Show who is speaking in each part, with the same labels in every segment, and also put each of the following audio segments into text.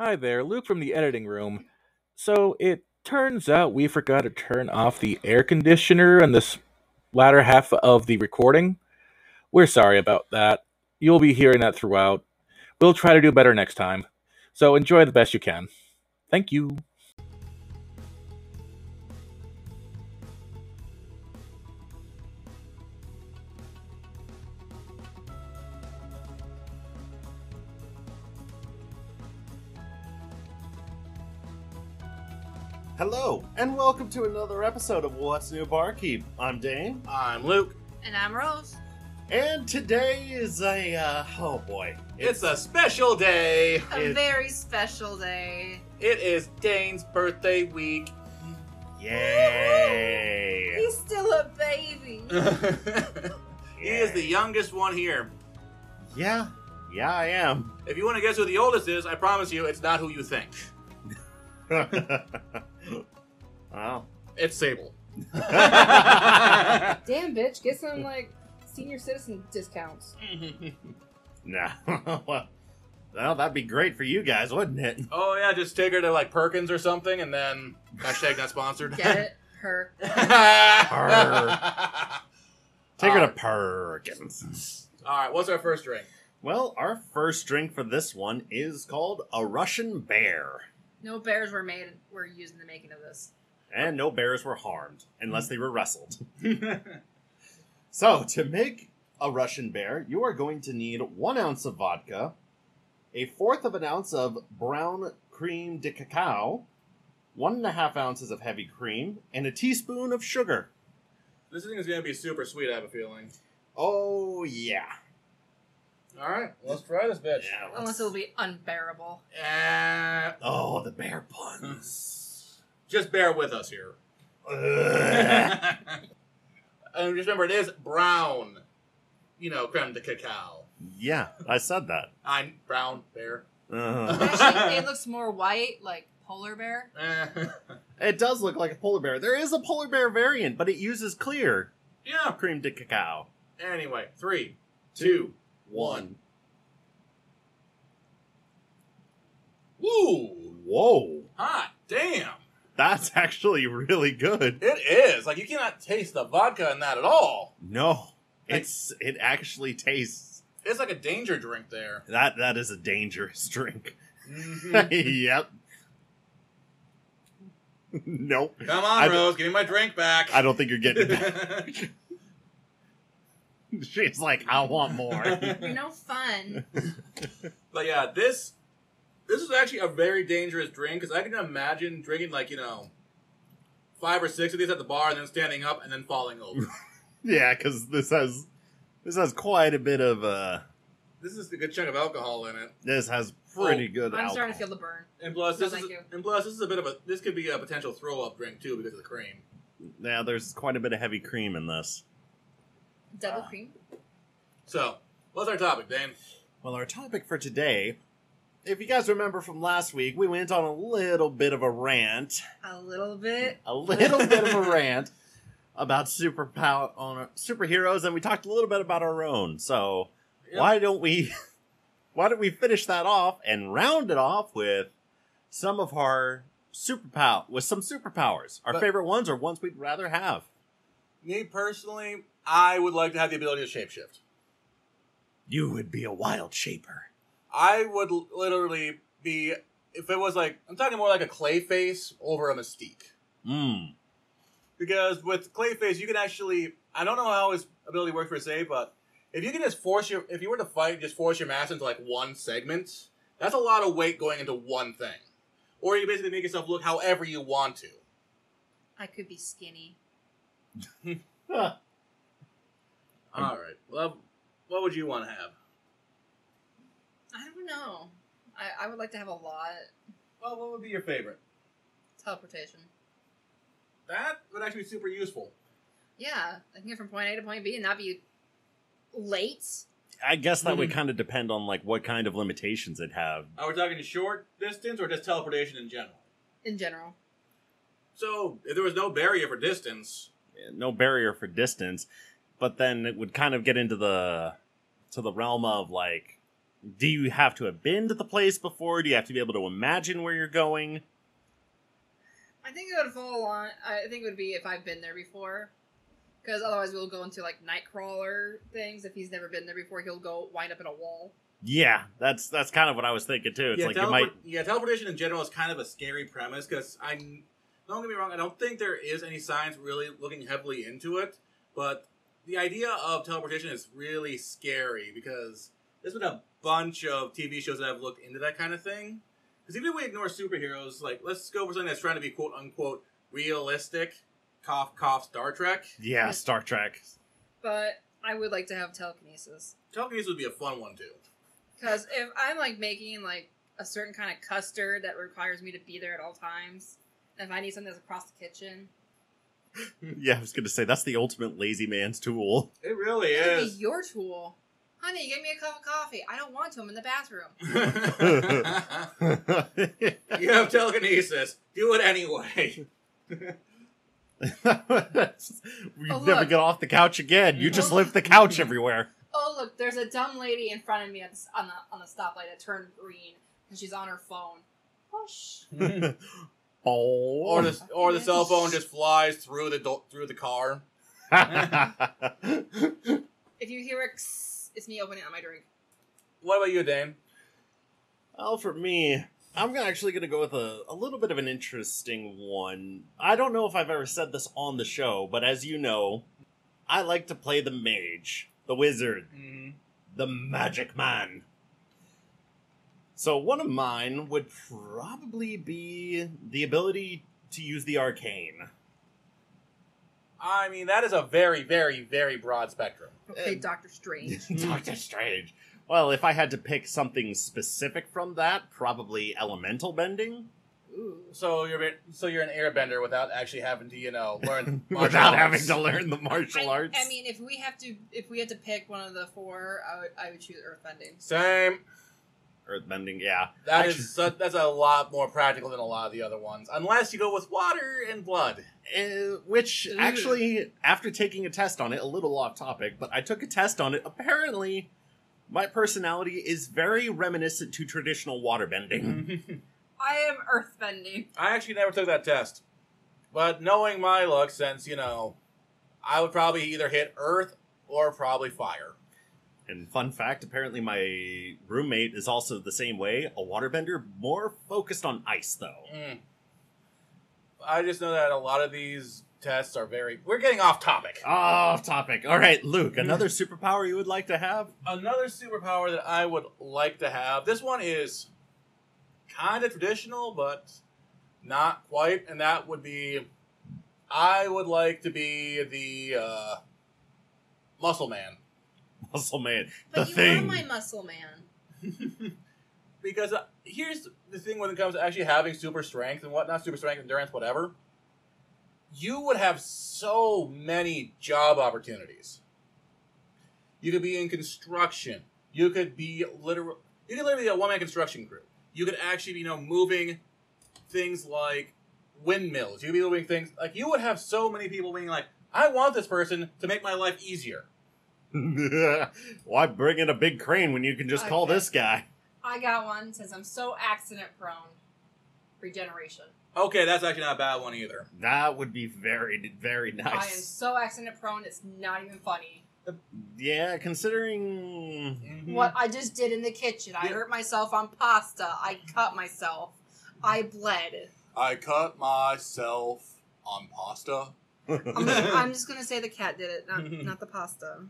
Speaker 1: Hi there, Luke from the editing room. So it turns out we forgot to turn off the air conditioner in this latter half of the recording. We're sorry about that. You'll be hearing that throughout. We'll try to do better next time. So enjoy the best you can. Thank you.
Speaker 2: Hello, and welcome to another episode of What's New Barkeep. I'm Dane, uh,
Speaker 3: I'm Luke.
Speaker 4: And I'm Rose.
Speaker 2: and today is a, uh, oh boy.
Speaker 3: It's a special day.
Speaker 4: A
Speaker 2: It-
Speaker 4: very special day.
Speaker 3: It is Dane's birthday week.
Speaker 2: Yay!
Speaker 4: He's still a baby.
Speaker 3: he is the youngest one here.
Speaker 2: Yeah, yeah, I am.
Speaker 3: If you want to guess who the oldest is, I promise you it's not who you think.
Speaker 2: wow.
Speaker 3: It's Sable.
Speaker 5: Damn, bitch, get some like senior citizen discounts.
Speaker 2: Nah. well, that'd be great for you guys, wouldn't it?
Speaker 3: oh yeah, just take her to like Perkins or something and then hashtag not sponsored.
Speaker 4: Get it? Her.
Speaker 2: Take her
Speaker 3: Uh,
Speaker 2: to Perkins.
Speaker 3: Alright, what's our first drink?
Speaker 2: Well, our first drink for this one is called a Russian bear.
Speaker 4: No bears were made were used in the making of this.
Speaker 2: and no bears were harmed unless they were wrestled. so, to make a Russian bear, you are going to need one ounce of vodka, a fourth of an ounce of brown cream de cacao, one and a half ounces of heavy cream, and a teaspoon of sugar.
Speaker 3: This thing is gonna be super sweet, I have a feeling.
Speaker 2: Oh, yeah.
Speaker 3: Alright, let's try this bitch.
Speaker 4: Unless it'll be unbearable.
Speaker 3: Uh,
Speaker 2: Oh, the bear puns.
Speaker 3: just bear with us here.
Speaker 2: Ugh.
Speaker 3: and just remember, it is brown. You know, creme de cacao.
Speaker 2: yeah, I said that.
Speaker 3: I'm brown bear.
Speaker 2: Uh,
Speaker 4: Actually, it looks more white, like polar bear.
Speaker 3: Eh.
Speaker 2: it does look like a polar bear. There is a polar bear variant, but it uses clear
Speaker 3: yeah.
Speaker 2: cream de cacao.
Speaker 3: Anyway, three, two, one. Woo!
Speaker 2: Whoa.
Speaker 3: Hot damn!
Speaker 2: That's actually really good.
Speaker 3: It is like you cannot taste the vodka in that at all.
Speaker 2: No. It's it actually tastes
Speaker 3: It's like a danger drink there.
Speaker 2: that that is a dangerous drink.
Speaker 3: Mhm.
Speaker 2: yep. nope.
Speaker 3: Come on,
Speaker 2: I-
Speaker 3: Rose, give me my drink back.
Speaker 2: I don't think you're getting that. She's like, I want more.
Speaker 4: You're no fun.
Speaker 3: But yeah, this this is actually a very dangerous drink because I can imagine drinking like you know five or six of these at the bar and then standing up and then falling over.
Speaker 2: yeah, because this has this has quite a bit of uh
Speaker 3: this is a good chunk of alcohol in it,
Speaker 2: this has pretty
Speaker 3: Oh,
Speaker 2: good
Speaker 4: I'm starting
Speaker 2: alcohol.
Speaker 4: to feel the burn.
Speaker 3: and plus
Speaker 4: No,
Speaker 3: this is
Speaker 4: thank you.
Speaker 3: and plus this is a bit of a this could be a potential throw up drink too because of the cream.
Speaker 2: yeah, there's quite a bit of heavy cream in this. Ah.
Speaker 4: Double cream.
Speaker 3: So what's our topic, Dan?
Speaker 2: Well, our topic for today, if you guys remember from last week, we went on a little bit of a rant,
Speaker 4: A little bit.
Speaker 2: a little bit of a rant about superpower on superheroes, and we talked a little bit about our own. So
Speaker 3: Yep.
Speaker 2: why don't we, why don't we finish that off and round it off with some of our superpower with some superpowers, our
Speaker 3: But-
Speaker 2: favorite ones or ones we'd rather have.
Speaker 3: Me personally, I would like to have the ability to shapeshift.
Speaker 2: You would be a wild shaper.
Speaker 3: I would l- literally be if it was like I'm talking more like a Clayface over a Mystique.
Speaker 2: Mm.
Speaker 3: Because with Clayface, you can actually I don't know how his ability works per se, but if you can just force your if you were to fight, just force your mass into like one segment, that's a lot of weight going into one thing. Or you basically make yourself look however you want to.
Speaker 4: I could be skinny.
Speaker 3: All right. Well, what would you want to have?
Speaker 4: know. I, I would like to have a lot.
Speaker 3: Well, what would be your favorite?
Speaker 4: Teleportation.
Speaker 3: That would actually be super useful.
Speaker 4: Yeah, I can get from point A to point B and not be late.
Speaker 2: I guess that would
Speaker 3: Mhm.
Speaker 2: kind of depend on like what kind of limitations it have.
Speaker 3: Are we talking short distance or just teleportation in general?
Speaker 4: in general.
Speaker 3: So, if there was no barrier for distance,
Speaker 2: No barrier for distance, but then it would kind of get into the to the realm of like, do you have to have been to the place before? Do you have to be able to imagine where you're going?
Speaker 4: I think it would fall on. I think it would be if I've been there before, because otherwise we'll go into like Nightcrawler things. If he's never been there before, he'll go wind up in a wall.
Speaker 2: Yeah, that's that's kind of what I was thinking too. It's like you
Speaker 3: teleport-
Speaker 2: might
Speaker 3: yeah, teleportation in general is kind of a scary premise because I don't get me wrong, I don't think there is any science really looking heavily into it, but the idea of teleportation is really scary because there's been a bunch of TV shows that have looked into that kind of thing. Because even if we ignore superheroes, like let's go for something that's trying to be quote unquote realistic. Cough, cough. Star Trek.
Speaker 2: yeah Star Trek.
Speaker 4: But I would like to have telekinesis,
Speaker 3: Telekinesis would be a fun one too.
Speaker 4: because if I'm like making like a certain kind of custard that requires me to be there at all times, if I need something that's across the kitchen,
Speaker 2: Yeah, I was gonna say that's the ultimate lazy man's tool.
Speaker 3: It really
Speaker 4: that would be
Speaker 3: is.
Speaker 4: your tool. Honey, give me a cup of coffee. I don't want to. I'm in the bathroom.
Speaker 3: you
Speaker 2: that
Speaker 3: have telekinesis. Do it anyway.
Speaker 2: you
Speaker 4: Oh,
Speaker 2: never
Speaker 4: look.
Speaker 2: get off the couch again. You just
Speaker 4: Oh.
Speaker 2: lift the couch everywhere.
Speaker 4: oh look, there's a dumb lady in front of me at the, s- on the on the stoplight that turned green, and she's on her phone. Whoosh.
Speaker 2: oh,
Speaker 3: Or the or the cell phone just flies through the do- through the car.
Speaker 4: If you hear it, kss, it's me opening on my drink.
Speaker 3: What about you, Dane?
Speaker 2: well, for me, I'm gonna- actually going to go with a, a little bit of an interesting one. I don't know if I've ever said this on the show, but as you know, I like to play the mage, the wizard, the magic man. So one of mine would probably be the ability to use the arcane.
Speaker 3: I mean, that is a very, very, very broad spectrum.
Speaker 4: Okay,
Speaker 2: Uh,
Speaker 4: Doctor Strange.
Speaker 2: Doctor Strange. Hmm. Well, if I had to pick something specific from that, probably elemental bending.
Speaker 4: Ooh.
Speaker 3: So you're a- so you're an airbender without actually having to, you know, learn martial
Speaker 2: Without having
Speaker 3: arts.
Speaker 2: to learn the martial
Speaker 4: I,
Speaker 2: arts.
Speaker 4: I mean, if we have to, if we had to pick one of the four, I would, I would choose Earthbending.
Speaker 3: Same.
Speaker 2: Earthbending, yeah.
Speaker 3: That is su- that's a lot more practical than a lot of the other ones, unless you go with water and blood.
Speaker 2: Uh, which
Speaker 4: Ugh.
Speaker 2: actually, after taking a test on it, a little off topic, but I took a test on it. Apparently, my personality is very reminiscent to traditional
Speaker 3: Mm-hmm.
Speaker 2: waterbending.
Speaker 4: I am Earthbending.
Speaker 3: I actually never took that test, but knowing my luck, since you know, I would probably either hit earth or probably fire.
Speaker 2: and fun fact apparently, my roommate is also the same way a waterbender, more focused on ice, though.
Speaker 3: Mm. I just know that a lot of these tests are very. We're getting off topic.
Speaker 2: Off topic. All right, Luke, another superpower you would like to have?
Speaker 3: Another superpower that I would like to have. This one is kind of traditional, but not quite, and that would be I would like to be the uh, muscle man
Speaker 2: Muscle Man.
Speaker 4: But
Speaker 2: the
Speaker 4: you
Speaker 2: thing.
Speaker 4: are my muscle man.
Speaker 3: because uh, here's the thing when it comes to actually having super strength and whatnot, super strength, endurance, whatever. You would have so many job opportunities. You could be in construction. You could be literal. You could literally be a one man construction crew. You could actually be, you know, moving things like windmills. You could be moving things like you would have so many people being like, "I want this person to make my life easier."
Speaker 2: Why bring in a big crane when you can just call
Speaker 4: Okay.
Speaker 2: this guy?
Speaker 4: I got one since I'm so accident prone. Regeneration.
Speaker 3: Okay, that's actually not a bad one either.
Speaker 2: That would be very, very
Speaker 4: I am
Speaker 2: nice.
Speaker 4: so accident prone. It's not even funny.
Speaker 2: Yeah, considering.
Speaker 3: Mhm.
Speaker 4: what I just did in the kitchen. I
Speaker 3: Yeah.
Speaker 4: hurt myself on pasta. I cut myself. I bled.
Speaker 3: I cut myself on pasta.
Speaker 4: I'm, gonna- I'm just gonna say the cat did it, not not the pasta.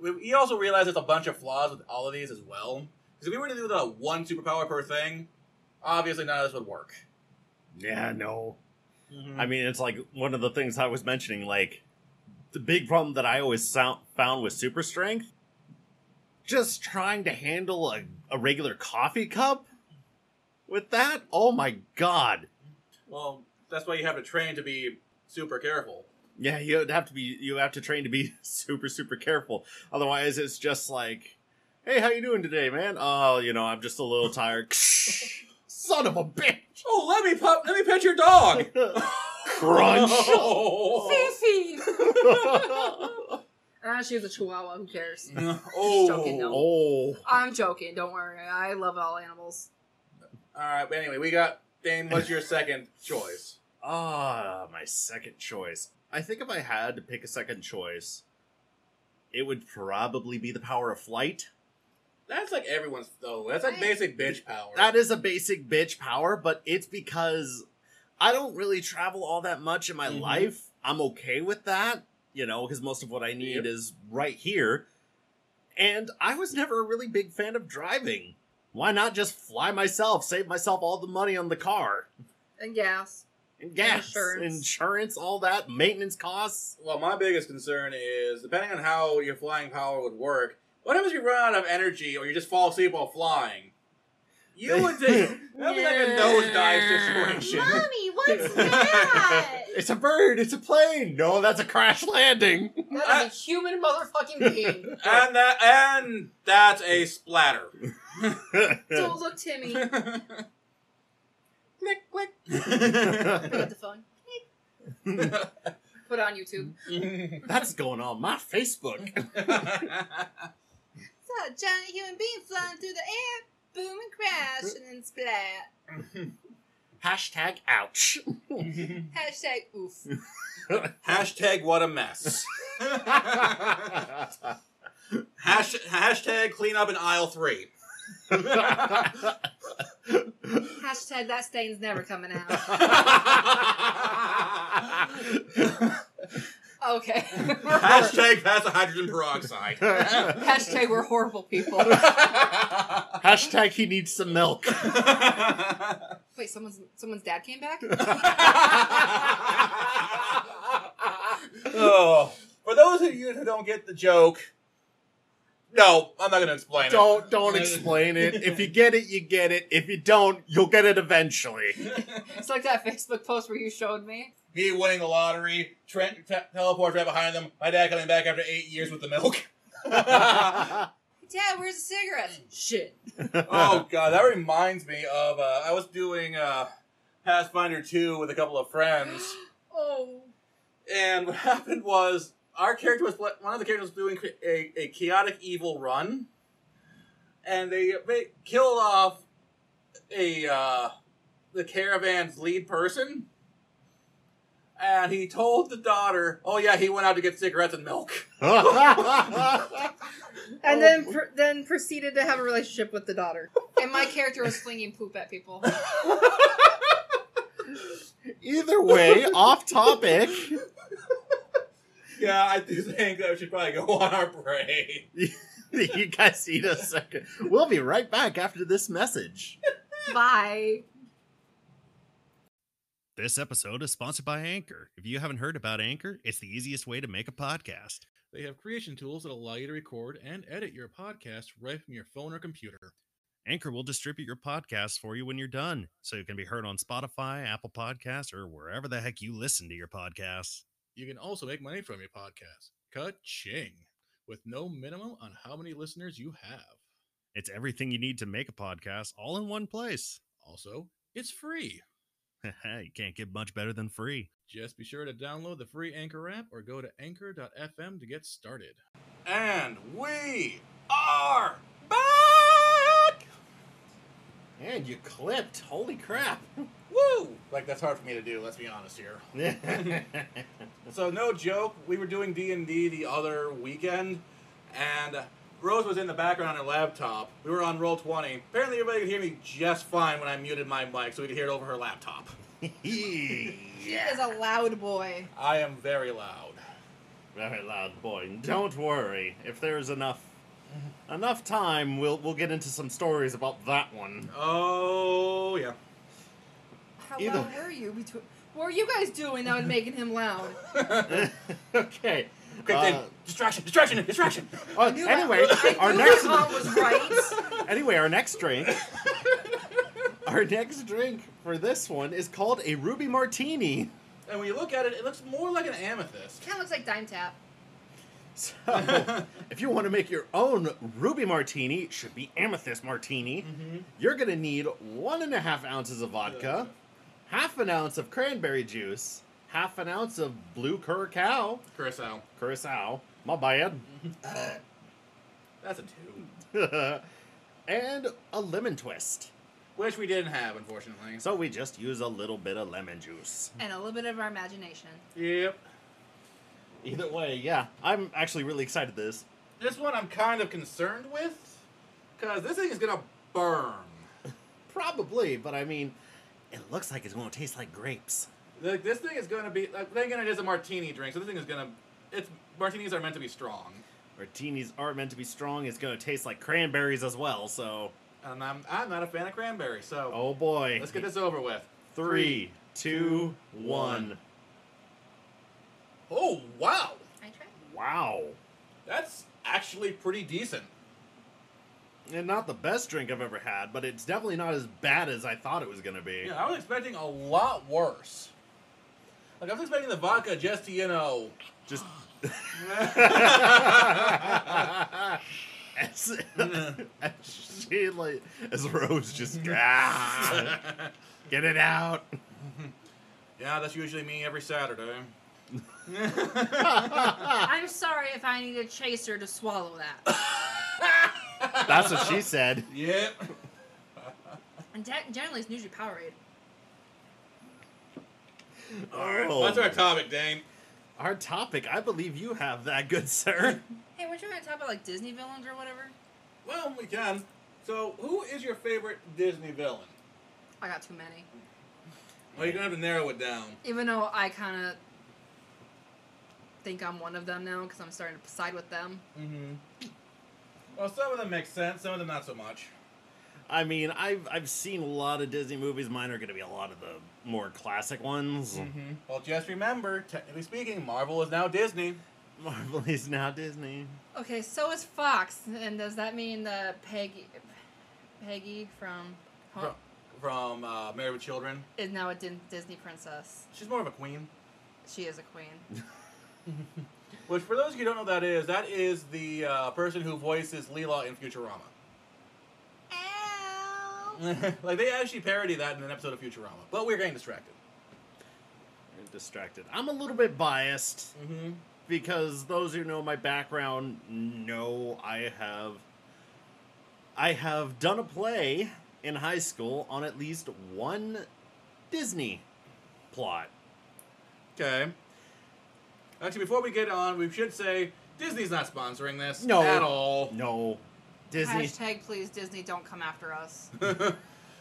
Speaker 3: We, you also realize there's a bunch of flaws with all of these as well. Because if we were to do the one superpower per thing, obviously none of this would work.
Speaker 2: Yeah, no.
Speaker 3: Mm-hmm.
Speaker 2: I mean, it's like one of the things I was mentioning. Like, the big problem that I always sound, found with super strength just trying to handle a, a regular coffee cup with that? Oh my god.
Speaker 3: Well, that's why you have to train to be super careful.
Speaker 2: Yeah, you would have to be you have to train to be super super careful. Otherwise it's just like, "Hey, how you doing today, man?" "Oh, you know, I'm just a little tired." Son of a bitch.
Speaker 3: Oh, let me pop, let me pet your dog.
Speaker 2: Crunch.
Speaker 3: Oh.
Speaker 4: Fifi! Ah, she was a chihuahua. Who cares? joking, no.
Speaker 3: oh.
Speaker 2: oh.
Speaker 4: I'm joking. Don't worry. I love all animals.
Speaker 3: All right. But anyway, we got Dane. What's your second choice?
Speaker 2: Ah, my second choice. I think if I had to pick a second choice, it would probably be the power of flight.
Speaker 3: That's like everyone's though. That's like basic bitch power.
Speaker 2: That is a basic bitch power, but it's because I don't really travel all that much in my
Speaker 3: Mhm.
Speaker 2: life. I'm okay with that, you know, because most of what I need
Speaker 3: Yep.
Speaker 2: is right here. And I was never a really big fan of driving. Why not just fly myself, save myself all the money on the car?
Speaker 4: And gas.
Speaker 2: And gas,
Speaker 4: Insurance.
Speaker 2: insurance all that, maintenance costs.
Speaker 3: Well, my biggest concern is depending on how your flying power would work. What happens if you run out of energy or you just fall asleep while flying? You would think that would be like a nosedive situation.
Speaker 5: Mommy, what's that?
Speaker 2: It's a bird. It's a plane. No, that's a crash landing.
Speaker 4: That is a human motherfucking being.
Speaker 3: And that and that's a splatter.
Speaker 4: Don't look, Timmy. Look
Speaker 3: click click.
Speaker 4: at the phone. Put it on YouTube.
Speaker 2: that's going on my Facebook.
Speaker 5: Saw a giant human being flying through the air, boom and crash, and then splat.
Speaker 2: Hashtag ouch.
Speaker 5: Hashtag oof.
Speaker 3: hashtag what a mess. Hash, hashtag clean up in aisle three.
Speaker 4: Hashtag that stain's never coming out. Okay.
Speaker 3: hashtag pass the hydrogen peroxide.
Speaker 4: Hashtag we're horrible people.
Speaker 2: Hashtag he needs some milk.
Speaker 4: Wait, someone's someone's dad came back?
Speaker 3: oh, for those of you who don't get the joke, no, I'm not going to explain
Speaker 2: Don't don't explain it. If you get it, you get it. If you don't, you'll get it eventually.
Speaker 4: It's like that Facebook post where you showed me.
Speaker 3: it. Me winning the lottery, Trent te- teleports right behind them. My dad coming back after eight years with the milk.
Speaker 4: Dad, where's the cigarette? Shit.
Speaker 3: oh god, that reminds me of uh, I was doing uh, Pathfinder Two with a couple of friends,
Speaker 4: Oh.
Speaker 3: and what happened was our character was one of the characters was doing a, a chaotic evil run, and they they killed off a uh, the caravan's lead person, and he told the daughter, "Oh yeah, he went out to get cigarettes and milk."
Speaker 4: And then pr- then proceeded to have a relationship with the daughter. And my character was flinging poop at people.
Speaker 2: Either way, off topic.
Speaker 3: yeah, I do think that we should probably go on our break.
Speaker 2: you guys need a second. We'll be right back after this message.
Speaker 4: Bye.
Speaker 6: This episode is sponsored by Anchor. If you haven't heard about Anchor, it's the easiest way to make a podcast.
Speaker 7: They have creation tools that allow you to record and edit your podcast right from your phone or computer.
Speaker 6: Anchor will distribute your podcast for you when you're done, so it can be heard on Spotify, Apple Podcasts, or wherever the heck you listen to your podcasts.
Speaker 7: You can also make money from your podcast. Ka-ching! With no minimum on how many listeners you have.
Speaker 6: It's everything you need to make a podcast all in one place.
Speaker 7: Also, it's free.
Speaker 6: you can't get much better than free.
Speaker 7: Just be sure to download the free Anchor app or go to anchor.fm to get started.
Speaker 3: And we are back!
Speaker 2: And you clipped. Holy crap.
Speaker 3: Woo! Like that's hard for me to do. Let's be honest here. So no joke, we were doing D and D the other weekend, and Rose was in the background on her laptop. We were on roll twenty. Apparently, everybody could hear me just fine when I muted my mic, so we could hear it over her laptop.
Speaker 4: He is a loud boy.
Speaker 3: I am very loud.
Speaker 2: Very loud boy. Don't worry. If there's enough enough time, we'll we'll get into some stories about that one.
Speaker 3: Oh yeah.
Speaker 4: How
Speaker 2: Either-
Speaker 4: loud were you between? What were you guys doing that was making him loud?
Speaker 2: okay. Uh,
Speaker 3: Quick,
Speaker 8: Uh,
Speaker 3: then. Distraction, distraction, distraction.
Speaker 8: Oh,
Speaker 4: knew that-
Speaker 8: anyway,
Speaker 4: I
Speaker 8: our
Speaker 4: knew
Speaker 8: next
Speaker 4: that was right.
Speaker 8: anyway, our next drink. our next drink for this one is called a ruby martini.
Speaker 3: And when you look at it, it looks more like an amethyst.
Speaker 4: Kind of looks like Dime Tap.
Speaker 8: So, if you want to make your own ruby martini, it should be amethyst martini. You're gonna need one and a half ounces of vodka, half an ounce of cranberry juice, half an ounce of blue curacao.
Speaker 3: Curacao.
Speaker 8: Curacao, my bad.
Speaker 3: That's a two.
Speaker 8: and a lemon twist.
Speaker 3: Which we didn't have, unfortunately.
Speaker 8: So we just use a little bit of lemon juice.
Speaker 4: And a little bit of our imagination.
Speaker 3: Yep.
Speaker 8: Either way, yeah, I'm actually really excited this.
Speaker 3: This one I'm kind of concerned with, because this thing is gonna burn.
Speaker 8: Probably, but I mean, it looks like it's going to taste like grapes.
Speaker 3: Like this thing is gonna be. Like, then again, it is a martini drink, so this thing is gonna. It's martinis are meant to be strong,
Speaker 8: Martinis are meant to be strong. It's going to taste like cranberries as well. So,
Speaker 3: and I'm I'm not a fan of cranberry. So
Speaker 8: oh boy.
Speaker 3: let's get this over with.
Speaker 8: Three, two, one.
Speaker 3: Oh wow,
Speaker 4: I tried.
Speaker 8: Wow.
Speaker 3: that's actually pretty decent.
Speaker 8: And not the best drink I've ever had, but it's definitely not as bad as I thought it was going to be.
Speaker 3: Yeah, I was expecting a lot worse. Like I was expecting the vodka just to you know.
Speaker 8: Just. as, as she like as Rose just ah, get it out.
Speaker 3: Yeah, that's usually me every Saturday.
Speaker 4: Ah. I'm sorry if I need a chaser to swallow that.
Speaker 8: That's what she said.
Speaker 3: Yep.
Speaker 4: And te- generally, it's usually Powerade.
Speaker 8: All right,
Speaker 2: Oh,
Speaker 3: That's our topic, Dane.
Speaker 8: Oh. Our topic. I believe you have that, good sir.
Speaker 4: Hey, weren't you going to talk about like Disney villains or whatever?
Speaker 3: Well, we can. So, who is your favorite Disney villain?
Speaker 4: I got too many.
Speaker 3: Well, you're gonna have to narrow it down.
Speaker 4: Even though I kind of think I'm one of them now because I'm starting to side with them.
Speaker 3: Mm-hmm. Well, some of them make sense, some of them not so much.
Speaker 2: I mean, I've I've seen a lot of Disney movies. Mine are going to be a lot of the more classic ones.
Speaker 3: Mm-hmm. Well, just remember, technically speaking, Marvel is now Disney.
Speaker 2: Marvel is now Disney.
Speaker 4: Okay, so is Fox, and does that mean the Peggy, Peggy from
Speaker 3: From, from uh, Married with Children,
Speaker 4: is now a Din- Disney princess?
Speaker 3: she's more of a queen.
Speaker 4: She is a queen.
Speaker 3: Which, for those of you who don't know, who that is that is the uh, person who voices Leela in Futurama.
Speaker 5: Ow.
Speaker 3: like they actually parody that in an episode of Futurama. But we're getting distracted.
Speaker 2: Distracted. I'm a little bit biased
Speaker 3: Mm-hmm.
Speaker 2: because those who know my background know I have I have done a play in high school on at least one Disney plot.
Speaker 3: Okay. Actually, before we get on, we should say Disney's not sponsoring this
Speaker 2: No.
Speaker 3: at all.
Speaker 2: No, Disney.
Speaker 4: Hashtag please Disney don't come after us.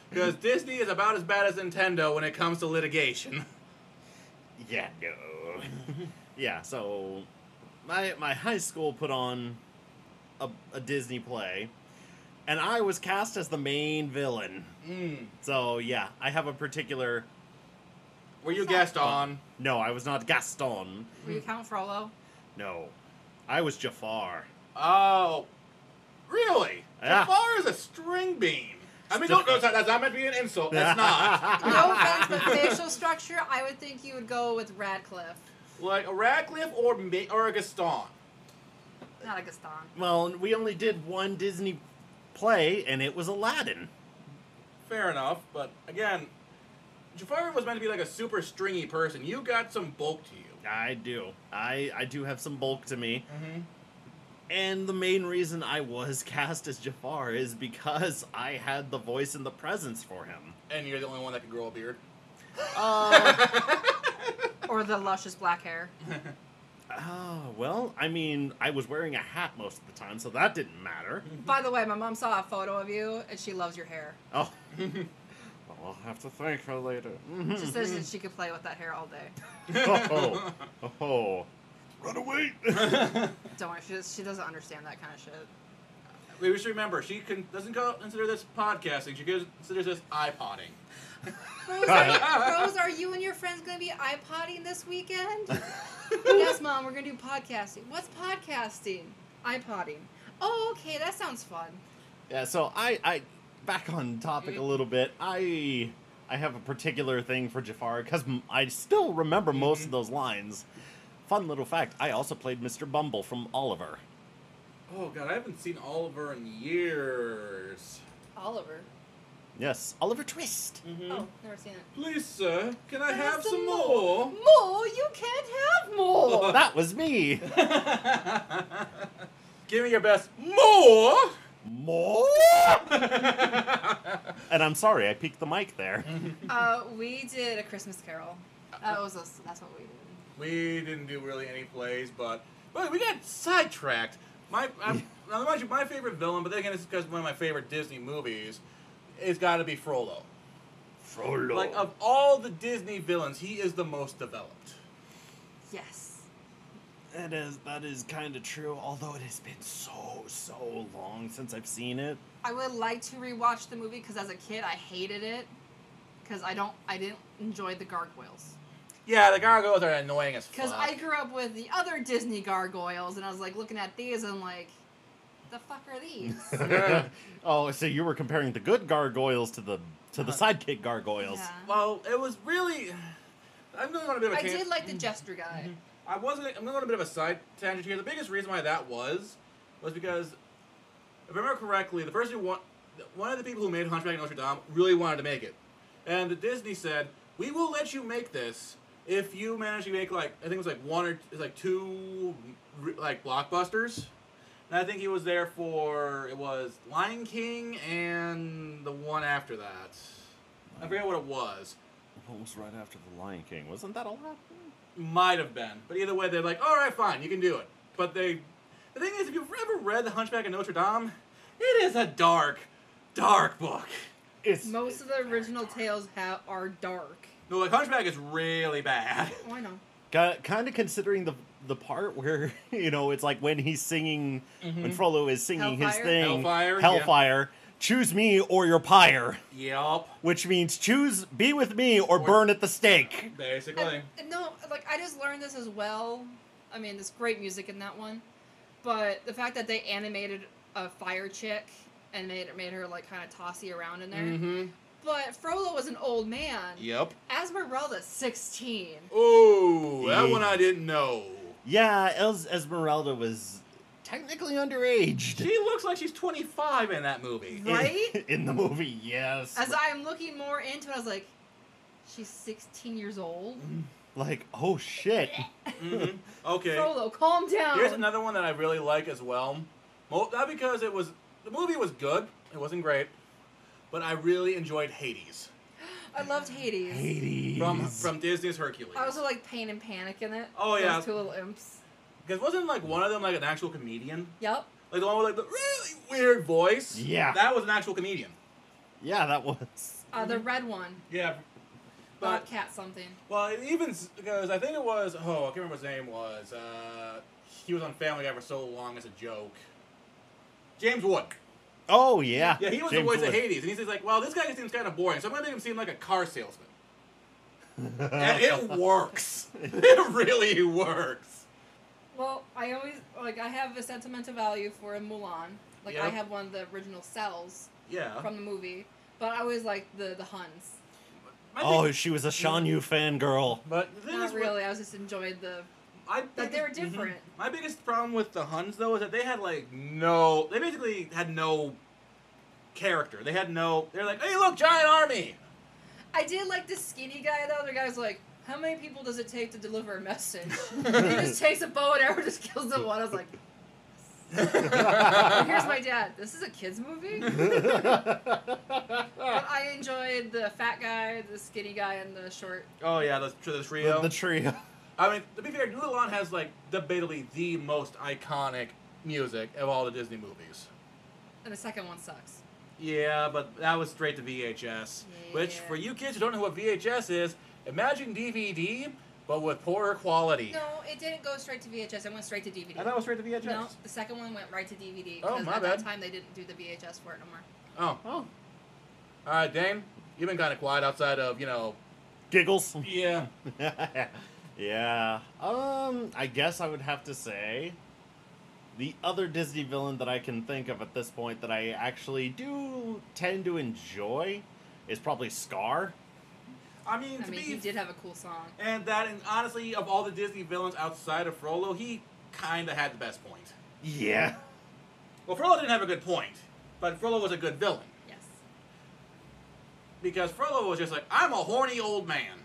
Speaker 3: Because Disney is about as bad as Nintendo when it comes to litigation.
Speaker 2: Yeah, no. yeah, so my my high school put on a, a Disney play, and I was cast as the main villain.
Speaker 3: Mm.
Speaker 2: So yeah, I have a particular.
Speaker 3: Were you guest on?
Speaker 2: No, I was not Gaston.
Speaker 4: Will you count Frollo?
Speaker 2: No, I was Jafar.
Speaker 3: Oh, really?
Speaker 2: Yeah.
Speaker 3: Jafar is a string bean. I mean, don't go. That's not meant to be an insult. That's not.
Speaker 4: No offense, but facial structure, I would think you would go with Radcliffe,
Speaker 3: like a Radcliffe or Ma- or a Gaston.
Speaker 4: not a Gaston.
Speaker 2: Well, we only did one Disney play, and it was Aladdin.
Speaker 3: Fair enough, but again, Jafar was meant to be like a super stringy person. You got some bulk to you.
Speaker 2: I do. I I do have some bulk to me.
Speaker 3: Mm-hmm.
Speaker 2: And the main reason I was cast as Jafar is because I had the voice and the presence for him.
Speaker 3: And you're the only one that can grow a beard.
Speaker 4: Or the luscious black hair.
Speaker 2: Ah, well, I mean, I was wearing a hat most of the time, so that didn't matter.
Speaker 4: By the way, my mom saw a photo of you and she loves your hair.
Speaker 2: Oh. Well, I'll have to thank her later.
Speaker 4: She says that she could play with that hair all day.
Speaker 2: oh, oh, oh. Run away!
Speaker 4: Don't worry, she, does, she doesn't understand that kind of shit.
Speaker 3: We just remember she can, doesn't co- consider this podcasting. She considers this iPodding.
Speaker 5: Rose, are, Rose, are you and your friends going to be iPodding this weekend?
Speaker 4: yes, mom, we're gonna do podcasting. What's podcasting? iPodding. Oh, okay, that sounds fun.
Speaker 2: Yeah, so I, I back on topic a little bit. I I have a particular thing for Jafar because I still remember most of those lines. Fun little fact: I also played Mr. Bumble from Oliver.
Speaker 3: Oh god, I haven't seen Oliver in years.
Speaker 4: Oliver.
Speaker 2: Yes, Oliver Twist.
Speaker 4: Oh, never seen it.
Speaker 3: Please, sir,
Speaker 4: Can
Speaker 3: can Mm-hmm. I
Speaker 4: I
Speaker 3: have
Speaker 4: have
Speaker 3: some
Speaker 4: some
Speaker 3: more?
Speaker 4: More? You can't have more.
Speaker 2: That was me.
Speaker 3: Give me your best more.
Speaker 2: More. And I'm sorry, I peeked the mic there.
Speaker 4: uh, we did a Christmas Carol. That was us. That's what we did.
Speaker 3: we didn't do really any plays, but but we got sidetracked. My I'm, now, mind you, my favorite villain, but then again, it's because one of my favorite Disney movies, has got to be Frollo.
Speaker 2: Frollo.
Speaker 3: Like uh, of all the Disney villains, he is the most developed.
Speaker 4: Yes.
Speaker 2: That is that is kind of true. Although it has been so so long since I've seen it.
Speaker 4: I would like to rewatch the movie because as a kid I hated it because I don't I didn't enjoy the gargoyles
Speaker 3: Yeah, the gargoyles are annoying as fuck.
Speaker 4: because I grew up with the other Disney gargoyles and I was like looking at these and like the fuck are these?
Speaker 2: oh, so you were comparing the good gargoyles to the to the
Speaker 4: Uh-huh.
Speaker 2: sidekick gargoyles.
Speaker 4: Yeah.
Speaker 3: well, it was really. I'm going on a bit of a
Speaker 4: I
Speaker 3: can-
Speaker 4: did like the jester guy.
Speaker 3: I wasn't. I'm going on a bit of a side tangent here. The biggest reason why that was was because, if I remember correctly, the person who wa- one of the people who made Hunchback of Notre Dame really wanted to make it, and the Disney said, "We will let you make this if you manage to make like I think it was like one or it's like two re- like blockbusters." And I think he was there for it was Lion King and the one after that. I forget what it was.
Speaker 2: What was right after the Lion King? Wasn't that a lot?
Speaker 3: Might have been, but either way, they're like, "All right, fine, you can do it." But they, the thing is, if you've ever read *The Hunchback of Notre Dame*, it is a dark, dark book.
Speaker 2: It's
Speaker 4: Most of the original tales have are dark.
Speaker 3: No, like *Hunchback* is really bad.
Speaker 4: Oh, I know.
Speaker 2: kind of considering the the part where you know it's like when he's singing, when Frollo is singing his thing,
Speaker 4: Mm-hmm. Hellfire?
Speaker 3: Hellfire, yeah.
Speaker 2: Hellfire, Choose me or your pyre,
Speaker 3: Yup,
Speaker 2: which means choose be with me or burn at the stake.
Speaker 3: basically.
Speaker 4: And no, like I just learned this as well. I mean, there's great music in that one, but the fact that they animated a fire chick and made made her like kind of tossy around in there.
Speaker 3: Mm-hmm.
Speaker 4: But Frollo was an old man.
Speaker 3: Yep.
Speaker 4: Esmeralda's 16.
Speaker 3: Oh, that
Speaker 2: Yeah.
Speaker 3: one I didn't know.
Speaker 2: Yeah, Els Esmeralda was technically underaged.
Speaker 3: She looks like she's 25 in that movie.
Speaker 2: in-
Speaker 4: Right?
Speaker 2: in the movie, yes.
Speaker 4: As I'm looking more into it, I was like, she's 16 years old.
Speaker 2: like, oh shit.
Speaker 3: Mhm. Okay.
Speaker 4: Frollo, calm down.
Speaker 3: Here's another one that I really like as well. Mo- Not because it was the movie was good, it wasn't great, but I really enjoyed Hades
Speaker 4: I loved Hades.
Speaker 2: Hades.
Speaker 3: from from Disney's Hercules.
Speaker 4: I also like Pain and Panic in it.
Speaker 3: Oh,
Speaker 4: Those
Speaker 3: yeah.
Speaker 4: two little imps.
Speaker 3: Because wasn't like one of them like an actual comedian,
Speaker 4: Yep.
Speaker 3: like the one with like the really weird voice.
Speaker 2: Yeah.
Speaker 3: that was an actual comedian.
Speaker 2: yeah, that was.
Speaker 4: Uh, the red one.
Speaker 3: Yeah, Mm-hmm. but
Speaker 4: Bobcat something.
Speaker 3: well, it even s- because I think it was oh I can't remember what his name was. Uh, he was on Family Guy for so long as a joke. James Wood.
Speaker 2: Oh yeah.
Speaker 3: Yeah, he was
Speaker 2: James
Speaker 3: the voice
Speaker 2: Wood.
Speaker 3: of Hades, and he's just like, "Well, this guy seems kind of boring, so I'm gonna make him seem like a car salesman." and it works. It really works.
Speaker 4: Well, I always like I have a sentimental value for a Mulan. Like I
Speaker 3: Yep. Uh-huh.
Speaker 4: have one of the original cells
Speaker 3: Yeah.
Speaker 4: from the movie, but I always like the the Huns.
Speaker 3: I
Speaker 2: Oh,
Speaker 3: think-
Speaker 2: she was a Shanyu fangirl.
Speaker 3: but the thing
Speaker 4: Not
Speaker 3: is with-
Speaker 4: really. I was just enjoyed the.
Speaker 3: I
Speaker 4: But they were different.
Speaker 3: Mhm. My biggest problem with the Huns though is that they had like no, they basically had no character. They had no. They're like, "Hey, look, giant army."
Speaker 4: I did like the skinny guy though. The guy's like, "How many people does it take to deliver a message?" And he just takes a bow and arrow, just kills the one. I was like, "Oh, "Here's my dad. This is a kids movie." but I enjoyed the fat guy, the skinny guy, and the short.
Speaker 3: Oh yeah, the, the trio.
Speaker 2: The, the trio.
Speaker 3: I mean, to be fair, Mulan has like debatably the most iconic music of all the Disney movies.
Speaker 4: And the second one sucks.
Speaker 3: Yeah, but that was straight to VHS. Which, for you kids who don't know what VHS is, imagine DVD, but with poorer quality.
Speaker 4: No, it didn't go straight to VHS. It went straight to DVD.
Speaker 3: I thought it was straight to VHS.
Speaker 4: no, the second one went right to DVD.
Speaker 3: Oh,
Speaker 4: 'cause
Speaker 3: my
Speaker 4: at
Speaker 3: bad.
Speaker 4: that time they didn't do the VHS for it no more.
Speaker 3: Oh. Oh. All right, Dane, you've been kind of quiet outside of, you know.
Speaker 2: Giggles.
Speaker 3: Yeah.
Speaker 2: Yeah. Um, I guess I would have to say the other Disney villain that I can think of at this point that I actually do tend to enjoy is probably Scar.
Speaker 3: I mean,
Speaker 4: I
Speaker 3: to
Speaker 4: mean,
Speaker 3: be
Speaker 4: he did have a cool song.
Speaker 3: and that, and honestly, of all the Disney villains outside of Frollo, he kind of had the best point.
Speaker 2: Yeah.
Speaker 3: Well, Frollo didn't have a good point, but Frollo was a good villain
Speaker 4: Yes.
Speaker 3: because Frollo was just like, I'm a horny old man.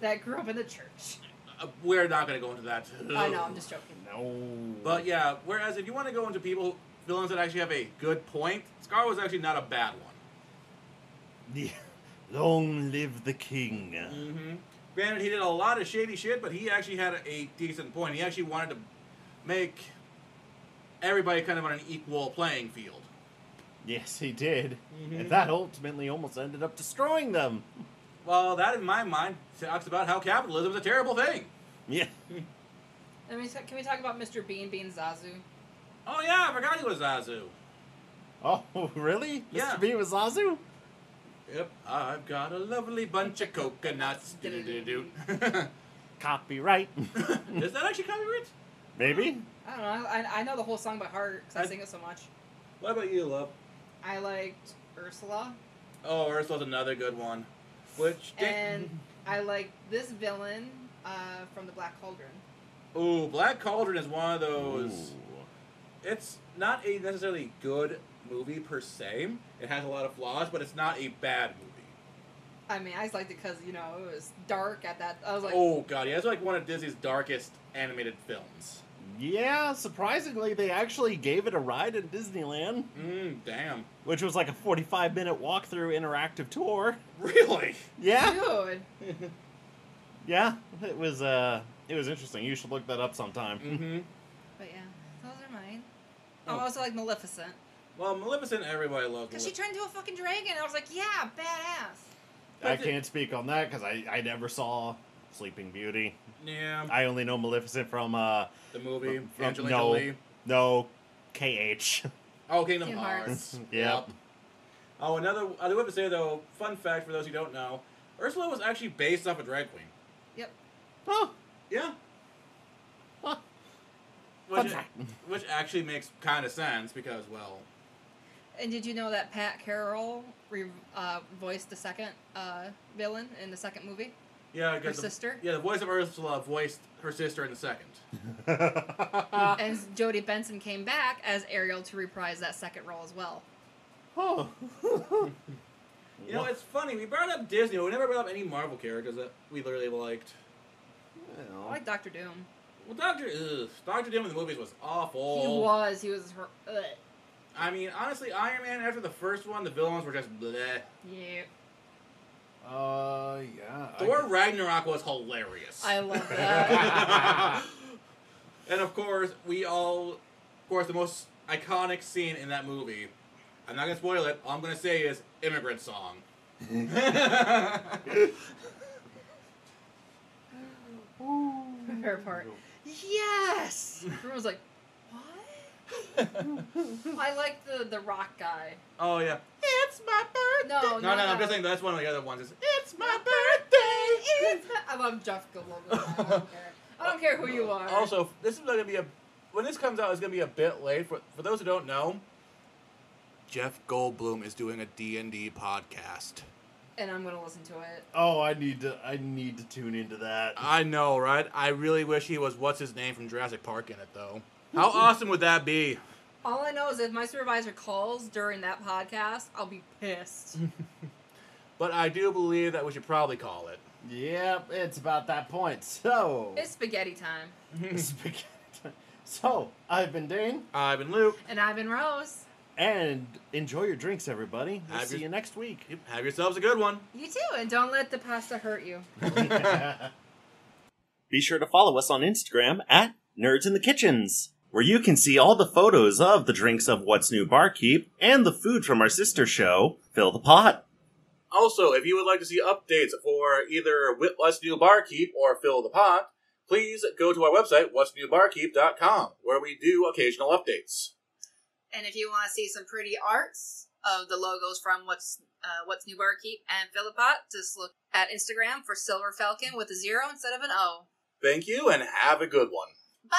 Speaker 4: That grew up in the church.
Speaker 3: Uh, we're not going to go into that.
Speaker 4: I know, I'm just joking.
Speaker 2: No.
Speaker 3: But yeah, whereas if you want to go into people villains that actually have a good point, Scar was actually not a bad one.
Speaker 2: Yeah. Long live the king.
Speaker 3: Mm-hmm. Granted, he did a lot of shady shit, but he actually had a decent point. He actually wanted to make everybody kind of on an equal playing field.
Speaker 2: Yes, he did.
Speaker 3: Mhm.
Speaker 2: And that ultimately almost ended up destroying them.
Speaker 3: Well, that in my mind talks about how capitalism is a terrible thing.
Speaker 2: Yeah.
Speaker 4: I mean, so- can we talk about Mr. Bean being Zazu?
Speaker 3: Oh yeah, I forgot he was Zazu.
Speaker 2: Oh, really?
Speaker 3: Yeah.
Speaker 2: Mr. B was Zazu?
Speaker 3: Yep, I've got a lovely bunch of coconuts. Do-do-do-do.
Speaker 2: Copyright.
Speaker 3: Is that actually copyright?
Speaker 2: Maybe.
Speaker 4: I don't know. I, I know the whole song by heart because I,
Speaker 3: I-
Speaker 4: sing it so much.
Speaker 3: What about you, love?
Speaker 4: I liked Ursula,
Speaker 3: Oh, Ursula's another good one. Which did-
Speaker 4: and I liked this villain uh, from the Black Cauldron.
Speaker 3: Ooh, Black Cauldron is one of those.
Speaker 2: Ooh.
Speaker 3: It's not a necessarily good movie per se. It has a lot of flaws, but it's not a bad movie.
Speaker 4: I mean, I just liked it because you know it was dark at that. I was like,
Speaker 3: oh god, yeah, it's like one of Disney's darkest animated films.
Speaker 2: Yeah, surprisingly, they actually gave it a ride in Disneyland,
Speaker 3: Mm, damn.
Speaker 2: which was like a 45 minute walkthrough interactive tour.
Speaker 3: Really?
Speaker 2: Yeah,
Speaker 4: dude,
Speaker 2: yeah, it was uh, it was interesting. You should look that up sometime.
Speaker 3: Mm-hmm.
Speaker 4: but yeah, those are mine.
Speaker 3: Oh.
Speaker 4: I also like Maleficent
Speaker 3: Well, Maleficent, everybody loves.
Speaker 4: because she
Speaker 3: Maleficent.
Speaker 4: turned into a fucking dragon. I was like, yeah, badass.
Speaker 2: I can't speak on that because I I never saw Sleeping Beauty.
Speaker 3: Yeah,
Speaker 2: I only know Maleficent from uh,
Speaker 3: the movie.
Speaker 2: From- from-
Speaker 3: Angelina
Speaker 2: no.
Speaker 3: Jolie.
Speaker 2: no, KH.
Speaker 3: Oh, Kingdom
Speaker 4: Kingdom
Speaker 3: Hearts.
Speaker 2: Hearts. Yep.
Speaker 3: Oh, another. I do have to say though, fun fact for those who don't know, Ursula was actually based off a drag queen.
Speaker 4: Yep.
Speaker 2: Oh,
Speaker 3: Yeah.
Speaker 2: Huh.
Speaker 3: Which,
Speaker 2: Fun fact.
Speaker 3: which actually makes kind of sense because, well,
Speaker 4: And did you know that Pat Carroll re- uh, voiced the second uh, villain in the second movie?
Speaker 3: yeah,
Speaker 4: Her
Speaker 3: because the-
Speaker 4: sister?
Speaker 3: Yeah, the voice of Ursula voiced her sister in the second.
Speaker 4: and Jodie Benson came back as Ariel to reprise that second role as well.
Speaker 2: oh.
Speaker 3: You know, it's funny. We brought up Disney, but we never brought up any Marvel characters that we literally liked.
Speaker 4: I like Doctor Doom.
Speaker 3: Well, Doctor, ugh, Doctor Doom in the movies was awful.
Speaker 4: He was. He was. uh, Her- ugh.
Speaker 3: I mean, honestly, Iron Man after the first one, the villains were just bleh.
Speaker 4: Yeah.
Speaker 2: Uh, yeah. I
Speaker 3: Thor Ragnarok was hilarious.
Speaker 4: I love that.
Speaker 3: and of course, we all, of course, the most iconic scene in that movie. I'm not gonna spoil it. All I'm gonna say is immigrant song.
Speaker 4: Her part. Yes. Everyone was like, what? I like the the rock guy.
Speaker 3: oh yeah, it's my birthday.
Speaker 4: No,
Speaker 3: No, no, no, I'm
Speaker 4: that.
Speaker 3: just saying that's one of the other ones. Is it's my
Speaker 4: Birthday is
Speaker 3: birthday.
Speaker 4: my- I love Jeff Goldblum. I don't care. I don't care who you are.
Speaker 3: Also, this is gonna be a when this comes out, it's gonna be a bit late for for those who don't know. Jeff Goldblum is doing a D&D podcast.
Speaker 4: and I'm gonna listen to it.
Speaker 2: Oh, I need to. I need to tune into that.
Speaker 3: I know, right? I really wish he was what's his name from Jurassic Park in it though. How awesome would that be?
Speaker 4: All I know is if my supervisor calls during that podcast, I'll be pissed.
Speaker 3: But I do believe that we should probably call it.
Speaker 2: Yep, it's about that point. So,
Speaker 4: it's spaghetti time.
Speaker 2: Spaghetti time. so I've been Dane,
Speaker 3: I've been Luke.
Speaker 4: And I've been Rose. and
Speaker 2: and enjoy your drinks, everybody. We'll
Speaker 3: Have
Speaker 2: see
Speaker 3: your-
Speaker 2: you next week.
Speaker 3: Yep, Have yourselves a good one.
Speaker 4: You too, and don't let the pasta hurt you.
Speaker 2: Be sure to follow us on Instagram at Nerds in the Kitchens, where you can see all the photos of the drinks of What's New Barkeep and the food from our sister show, Fill the Pot.
Speaker 3: Also, if you would like to see updates for either Wh- What's New Barkeep or Fill the Pot, please go to our website, what'snewbarkeep.com, where we do occasional updates.
Speaker 4: And if you want to see some pretty arts of the logos from what's uh, what's new barkeep and Philippot. Just look at Instagram for Silver Falcon with a zero instead of an O.
Speaker 3: Thank you, and have a good one.
Speaker 4: Bye.